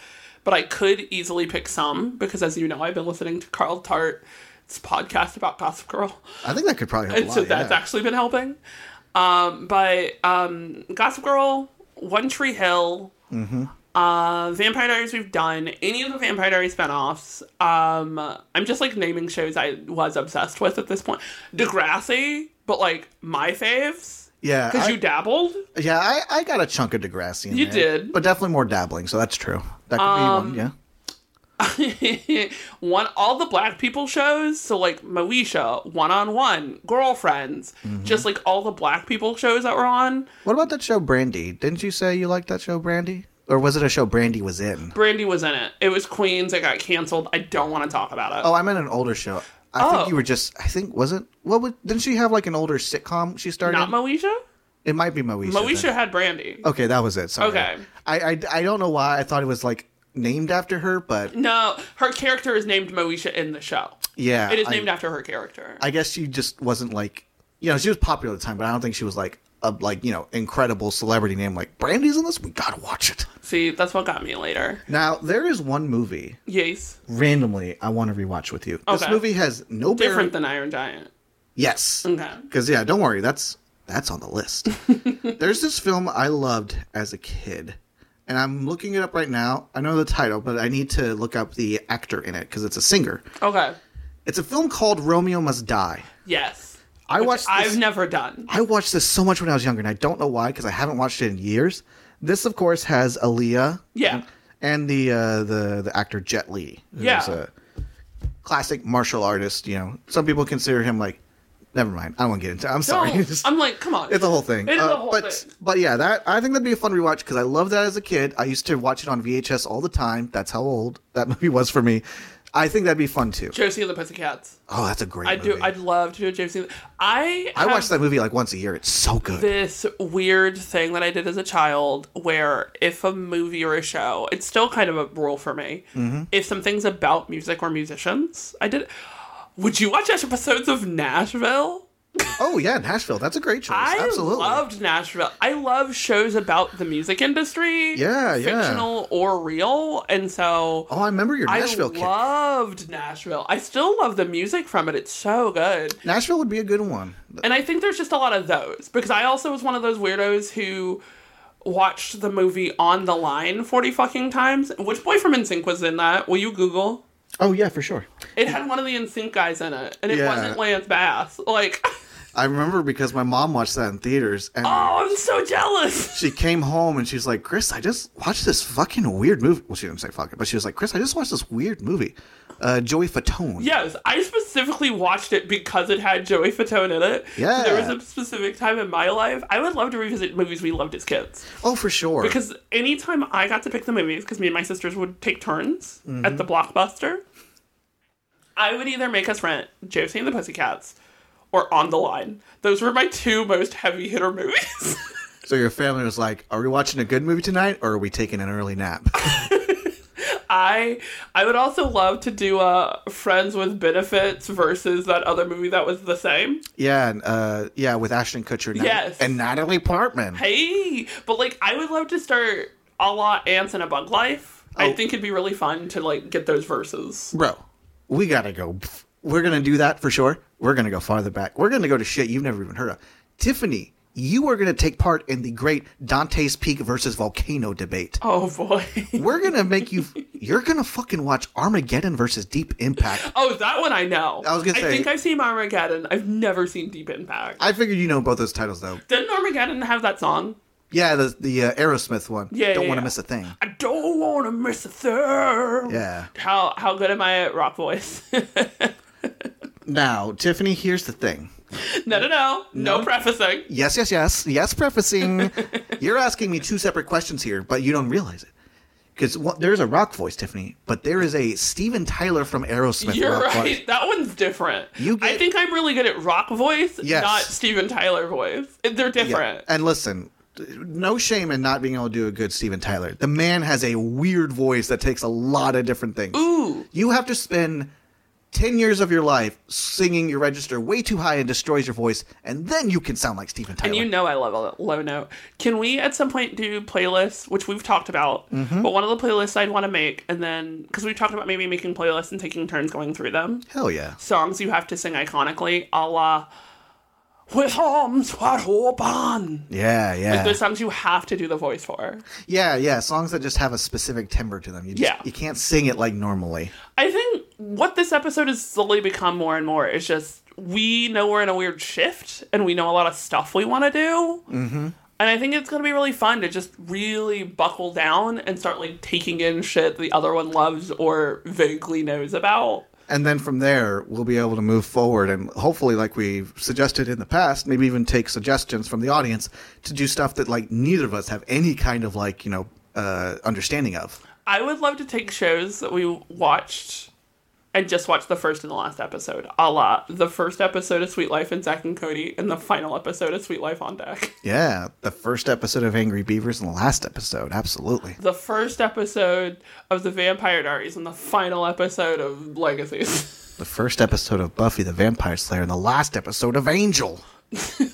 Speaker 2: but I could easily pick some because, as you know, I've been listening to Carl Tart's podcast about Gossip Girl,
Speaker 1: I think that could probably help a
Speaker 2: and
Speaker 1: lot.
Speaker 2: so that's
Speaker 1: yeah.
Speaker 2: actually been helping. Um, but um, Gossip Girl, One Tree Hill.
Speaker 1: Mm-hmm.
Speaker 2: Uh, Vampire Diaries we've done any of the Vampire Diaries spinoffs. Um, I'm just like naming shows I was obsessed with at this point. Degrassi, but like my faves
Speaker 1: yeah,
Speaker 2: because
Speaker 1: I,
Speaker 2: you dabbled.
Speaker 1: yeah. I, I got a chunk of Degrassi. In
Speaker 2: You
Speaker 1: there,
Speaker 2: did. Um,
Speaker 1: but definitely more dabbling. So that's true. That could be one. Yeah,
Speaker 2: one all the black people shows, so like Moesha, One on One, Girlfriends,
Speaker 1: Mm-hmm.
Speaker 2: just like all the black people shows that were on.
Speaker 1: What about that show Brandy? Didn't you say you liked that show Brandy? Or was it a show Brandy was in?
Speaker 2: Brandy was in it. It was Queens. It got canceled. I don't want to talk about it.
Speaker 1: Oh, I meant an older show. I
Speaker 2: Oh.
Speaker 1: think you were just. I think was it? What would, didn't she have like an older sitcom she started?
Speaker 2: Not Moesha.
Speaker 1: it might be Moesha. then.
Speaker 2: Moesha had Brandy.
Speaker 1: Okay, that was it. Sorry.
Speaker 2: Okay.
Speaker 1: I, I I don't know why I thought it was like named after her, but
Speaker 2: No, her character is named Moesha in the show.
Speaker 1: yeah,
Speaker 2: It is
Speaker 1: I,
Speaker 2: named after her character.
Speaker 1: I guess she just wasn't like you know she was popular at the time, but I don't think she was like a like you know incredible celebrity name like Brandy's in this. We gotta watch it.
Speaker 2: See, that's what got me later.
Speaker 1: Now there is one movie
Speaker 2: Yes.
Speaker 1: randomly I want to rewatch with you. This
Speaker 2: Okay.
Speaker 1: movie has no bearing.
Speaker 2: Different than Iron Giant.
Speaker 1: Yes.
Speaker 2: Okay.
Speaker 1: Because yeah, don't worry, that's that's on the list. There's this film I loved as a kid, and I'm looking it up right now. I know the title, but I need to look up the actor in it because it's a singer.
Speaker 2: Okay.
Speaker 1: It's a film called Romeo Must Die.
Speaker 2: Yes.
Speaker 1: I
Speaker 2: Which
Speaker 1: watched
Speaker 2: I've
Speaker 1: this-
Speaker 2: never done.
Speaker 1: I watched this so much when I was younger, and I don't know why because I haven't watched it in years. This, of course, has Aaliyah.
Speaker 2: Yeah.
Speaker 1: And the uh, the the actor Jet Li, who's
Speaker 2: Yeah.
Speaker 1: a classic martial artist. You know, some people consider him like. Never mind. I won't get into. it. I'm sorry.
Speaker 2: No,
Speaker 1: Just-
Speaker 2: I'm like, come on.
Speaker 1: It's a whole thing.
Speaker 2: It is a
Speaker 1: Uh,
Speaker 2: whole
Speaker 1: but,
Speaker 2: thing.
Speaker 1: But yeah, that I think that'd be a fun rewatch because I loved that as a kid. I used to watch it on VHS all the time. That's how old that movie was for me. I think that'd be fun too.
Speaker 2: Josie and the Pussycats.
Speaker 1: Oh, that's a great
Speaker 2: I
Speaker 1: movie.
Speaker 2: do. I'd love to do a Josie. and the- I
Speaker 1: I
Speaker 2: have
Speaker 1: watch that movie like once a year. It's so good.
Speaker 2: this weird thing that I did as a child, where if a movie or a show, it's still kind of a rule for me.
Speaker 1: Mm-hmm.
Speaker 2: If something's about music or musicians, I did. Would you watch episodes of Nashville?
Speaker 1: oh yeah, Nashville. That's a great choice.
Speaker 2: I
Speaker 1: Absolutely.
Speaker 2: loved Nashville. I love shows about the music industry.
Speaker 1: Yeah, yeah.
Speaker 2: Fictional or real. And so
Speaker 1: oh, I remember your Nashville
Speaker 2: I
Speaker 1: kid.
Speaker 2: loved Nashville. I still love the music from it. It's so good.
Speaker 1: Nashville would be a good one.
Speaker 2: And I think there's just a lot of those because I also was one of those weirdos who watched the movie On the Line 40 fucking times. Which boy from NSYNC was in that? Will you Google?
Speaker 1: Oh yeah, for sure.
Speaker 2: It had one of the NSYNC guys in it, and it
Speaker 1: Yeah.
Speaker 2: wasn't Lance Bass. Like,
Speaker 1: I remember because my mom watched that in theaters and
Speaker 2: oh, I'm so jealous.
Speaker 1: she came home and she's like, Chris, I just watched this fucking weird movie. Well, she didn't say fucking, but she was like, Chris, I just watched this weird movie. Uh, Joey Fatone.
Speaker 2: Yes, I specifically watched it because it had Joey Fatone in it.
Speaker 1: Yeah.
Speaker 2: There was a specific time in my life. I would love to revisit movies we loved as kids.
Speaker 1: Oh, for sure.
Speaker 2: Because anytime I got to pick the movies, because me and my sisters would take turns at the blockbuster, I would either make us rent Josie and the Pussycats or On the Line. Those were my two most heavy hitter movies.
Speaker 1: So your family was like, "Are we watching a good movie tonight, or are we taking an early nap?"
Speaker 2: I I would also love to do uh Friends with Benefits versus that other movie that was the same.
Speaker 1: yeah, and, uh, yeah, with Ashton Kutcher, and-
Speaker 2: Yes.
Speaker 1: and Natalie Portman.
Speaker 2: Hey, but like I would love to start a la Ants and a Bug Life. I
Speaker 1: Oh.
Speaker 2: think it'd be really fun to like get those verses.
Speaker 1: Bro, we gotta go. We're gonna do that for sure. We're gonna go farther back. We're gonna go to shit you've never even heard of. Tiffany, you are gonna take part in the great Dante's Peak versus Volcano debate.
Speaker 2: Oh boy.
Speaker 1: We're gonna make you. You're gonna fucking watch Armageddon versus Deep Impact.
Speaker 2: Oh, that one I know.
Speaker 1: I was gonna
Speaker 2: I
Speaker 1: say-
Speaker 2: think I've seen Armageddon. I've never seen Deep Impact.
Speaker 1: I figured you know both those titles though.
Speaker 2: Didn't Armageddon have that song?
Speaker 1: Yeah, the the uh, Aerosmith one.
Speaker 2: Yeah,
Speaker 1: don't
Speaker 2: yeah,
Speaker 1: want to
Speaker 2: yeah.
Speaker 1: miss a thing.
Speaker 2: I don't want to miss a third.
Speaker 1: Yeah.
Speaker 2: How how good am I at rock voice? no,
Speaker 1: Now, Tiffany, here's the thing.
Speaker 2: no, no, no, prefacing.
Speaker 1: Yes, yes, yes, yes. Prefacing, you're asking me two separate questions here, but you don't realize it because there's a rock voice, Tiffany, but there is a Steven Tyler from Aerosmith.
Speaker 2: You're
Speaker 1: rock
Speaker 2: right.
Speaker 1: voice.
Speaker 2: That one's different.
Speaker 1: You get-
Speaker 2: I think I'm really good at rock voice,
Speaker 1: Yes.
Speaker 2: not Steven Tyler voice. They're
Speaker 1: Yeah.
Speaker 2: different.
Speaker 1: And listen, no shame in not being able to do a good Steven Tyler. The man has a weird voice that takes a lot of different things.
Speaker 2: Ooh.
Speaker 1: You have to spend. 10 years of your life singing your register way too high and destroys your voice, and then you can sound like Steven Tyler.
Speaker 2: And you know I love a low note. Can we at some point do playlists, which we've talked about, but one of the playlists I'd want to make, and then because we've talked about maybe making playlists and taking turns going through them,
Speaker 1: Hell yeah.
Speaker 2: songs you have to sing iconically, a la "With Arms Wide Open."
Speaker 1: Yeah, yeah.
Speaker 2: Those songs you have to do the voice for.
Speaker 1: Yeah, yeah, songs that just have a specific timbre to them. You just,
Speaker 2: Yeah.
Speaker 1: you can't sing it like normally.
Speaker 2: I think what this episode has slowly become more and more is just we know we're in a weird shift and we know a lot of stuff we want to do. Mm-hmm. And I think it's going to be really fun to just really buckle down and start like taking in shit the other one loves or vaguely knows about.
Speaker 1: And then from there, we'll be able to move forward and hopefully, like we've suggested in the past, maybe even take suggestions from the audience to do stuff that like neither of us have any kind of like you know uh, understanding of.
Speaker 2: I would love to take shows that we watched and just watch the first and the last episode a la the first episode of Sweet Life and Zach and Cody and the final episode of Sweet Life on Deck.
Speaker 1: Yeah, the first episode of Angry Beavers and the last episode, absolutely.
Speaker 2: the first episode of the Vampire Diaries and the final episode of Legacies.
Speaker 1: The first episode of Buffy the Vampire Slayer and the last episode of Angel.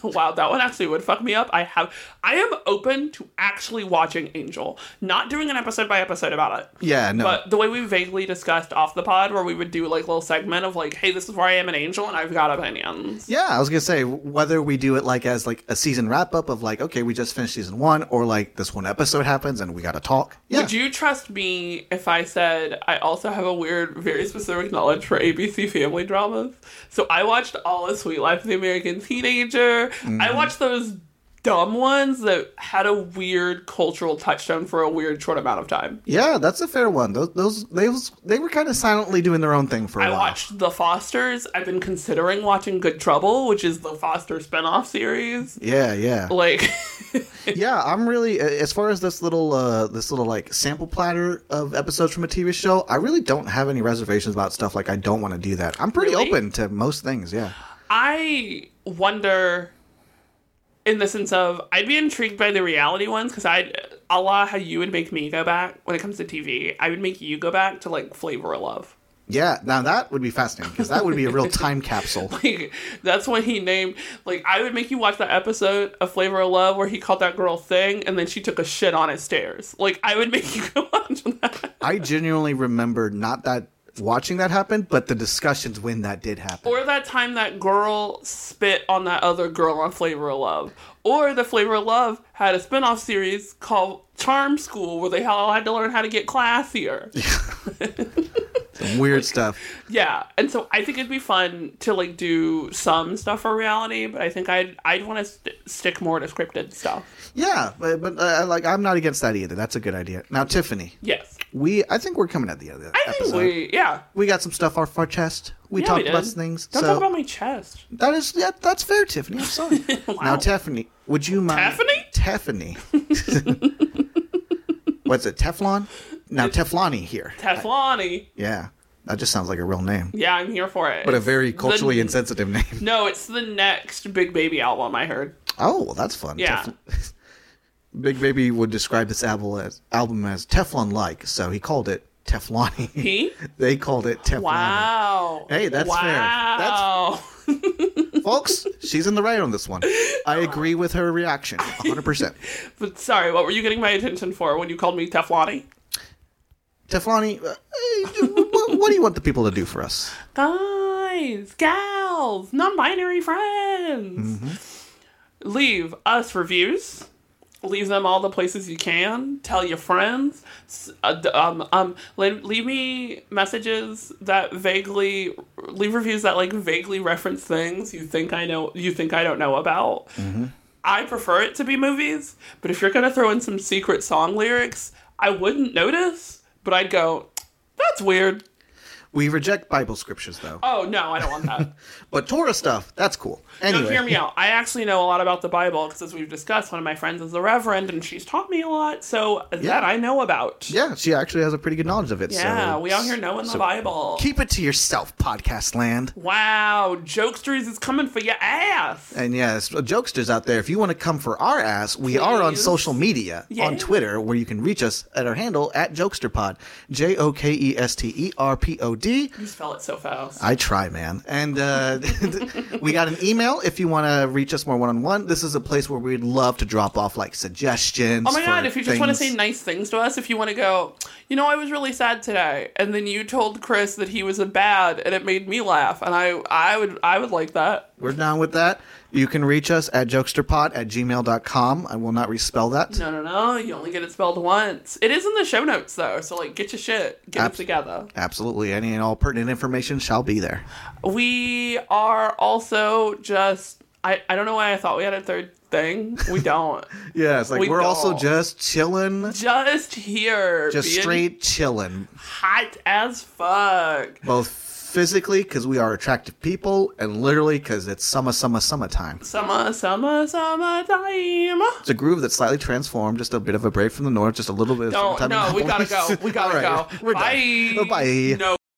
Speaker 2: wow, that one actually would fuck me up. I have I am open to actually watching Angel, not doing an episode by episode about it.
Speaker 1: Yeah, no,
Speaker 2: But the way we vaguely discussed off the pod where we would do like little segment of like, hey, this is where I am an angel and I've got opinions.
Speaker 1: Yeah, I was gonna say whether we do it like as like a season wrap up of like okay we just finished season one or like this one episode happens and we gotta talk. Yeah,
Speaker 2: Would you trust me if I said I also have a weird, very specific knowledge for ABC family dramas? So I watched all of Sweet Life of the American Teenager. I watched those dumb ones that had a weird cultural touchstone for a weird short amount of time.
Speaker 1: yeah, that's a fair one. Those those they was, they were kind of silently doing their own thing for a
Speaker 2: I
Speaker 1: while.
Speaker 2: watched The Fosters. I've been considering watching Good Trouble, which is the Foster spinoff series.
Speaker 1: Yeah, yeah,
Speaker 2: Like,
Speaker 1: yeah. I'm really as far as this little uh this little like sample platter of episodes from a TV show. I really don't have any reservations about stuff like I don't want to do that. I'm pretty
Speaker 2: Really?
Speaker 1: open to most things. Yeah.
Speaker 2: I wonder in the sense of I'd be intrigued by the reality ones because I a la how you would make me go back when it comes to TV. I would make you go back to like Flavor of Love.
Speaker 1: Yeah, now that would be fascinating because that would be a real time capsule.
Speaker 2: Like that's what he named. Like I would make you watch that episode of Flavor of Love where he called that girl thing and then she took a shit on his stairs. Like I would make you go watch that.
Speaker 1: I genuinely remember not that watching that happen, but the discussions when that did happen.
Speaker 2: Or that time that girl spit on that other girl on Flavor of Love. Or the Flavor of Love had a spin-off series called Charm School where they all had to learn how to get classier.
Speaker 1: Some weird stuff.
Speaker 2: yeah. And so I think it'd be fun to like do some stuff for reality, but I think I'd I'd want to st- stick more to scripted stuff.
Speaker 1: Yeah, but, but uh, like I'm not against that either. That's a good idea. Now, Tiffany,
Speaker 2: Yes.
Speaker 1: we I think we're coming at the end of the
Speaker 2: I think
Speaker 1: episode. We,
Speaker 2: we yeah.
Speaker 1: got some stuff off our chest. We
Speaker 2: Yeah,
Speaker 1: talked
Speaker 2: we
Speaker 1: about
Speaker 2: did.
Speaker 1: things.
Speaker 2: Don't
Speaker 1: so
Speaker 2: talk about my chest.
Speaker 1: that is yeah, that's fair, Tiffany. I'm sorry. Now, Tiffany, would you mind? Tiffany. What's it? Teflon? Now Teflani here.
Speaker 2: Teflani.
Speaker 1: Yeah, that just sounds like a real name,
Speaker 2: Yeah, I'm here for it.
Speaker 1: but a very
Speaker 2: The-
Speaker 1: culturally insensitive name.
Speaker 2: No, it's the next Big Baby album I heard.
Speaker 1: Oh, well, that's fun.
Speaker 2: Yeah.
Speaker 1: Tef- Big Baby would describe this album as album as Teflon like, so he called it Tefloni.
Speaker 2: He?
Speaker 1: they called it Teflon.
Speaker 2: Wow.
Speaker 1: Hey, that's fair. That's-
Speaker 2: wow.
Speaker 1: Folks, she's in the right on this one. I agree with her reaction 100%.
Speaker 2: But sorry, what were you getting my attention for when you called me Teflani?
Speaker 1: Teflani, uh, what, what do you want the people to do for us?
Speaker 2: Guys, gals, non-binary friends, leave us reviews. Leave them all the places you can. Tell your friends. S- uh, d- Um, um, le- leave me messages that vaguely leave reviews that like vaguely reference things you think I know you think I don't know about. I prefer it to be movies, but if you're gonna throw in some secret song lyrics, I wouldn't notice, but I'd go, "That's weird."
Speaker 1: We reject Bible scriptures, though.
Speaker 2: Oh no, I don't want that.
Speaker 1: But Torah stuff, that's cool.
Speaker 2: No,
Speaker 1: Anyway,
Speaker 2: hear me out. I actually know a lot about the Bible because, as we've discussed, one of my friends is a reverend, and she's taught me a lot. So uh, that I know about.
Speaker 1: yeah, she actually has a pretty good knowledge of it.
Speaker 2: Yeah,
Speaker 1: so
Speaker 2: we out here knowing the
Speaker 1: so-
Speaker 2: Bible.
Speaker 1: keep it to yourself, podcast land.
Speaker 2: wow, jokesters is coming for your ass.
Speaker 1: And yes, jokesters out there, if you want to come for our ass, we are on
Speaker 2: Please.
Speaker 1: social media
Speaker 2: Yeah.
Speaker 1: on Twitter, where you can reach us at our handle at JokesterPod, J O K E S T E R P O D.
Speaker 2: you spell it so fast.
Speaker 1: I try, man. And uh, we got an email if you want to reach us more one on one. This is a place where we'd love to drop off like suggestions.
Speaker 2: Oh my god, if you just want to say
Speaker 1: no.
Speaker 2: nice things to us, if you want to go, you know, I was really sad today, and then you told Chris that he was a bad, and it made me laugh, and I, I would, I would like that.
Speaker 1: We're down with that. You can reach us at jokesterpod at gmail.com. I will not respell that.
Speaker 2: No, no, no, you only get it spelled once. It is in the show notes though, so like, get your shit, get
Speaker 1: Abs-
Speaker 2: it together.
Speaker 1: Absolutely. Any and all pertinent information shall be there.
Speaker 2: We are also just I, I don't know why I thought we had a third thing. We don't.
Speaker 1: Yeah, it's like
Speaker 2: We
Speaker 1: we are also
Speaker 2: don't.
Speaker 1: just chilling,
Speaker 2: just here.
Speaker 1: just
Speaker 2: being
Speaker 1: straight chilling,
Speaker 2: hot as fuck.
Speaker 1: both physically because we are attractive people and literally because it's summer, summer, summertime.
Speaker 2: Summer, summer, summertime.
Speaker 1: It's a groove that's slightly transformed, just a bit of a break from the north, just a little bit. of
Speaker 2: Don't
Speaker 1: summertime
Speaker 2: no,
Speaker 1: in
Speaker 2: we
Speaker 1: the
Speaker 2: gotta
Speaker 1: Northeast.
Speaker 2: go. We gotta
Speaker 1: All right,
Speaker 2: go.
Speaker 1: We're
Speaker 2: Bye.
Speaker 1: done. Bye.
Speaker 2: No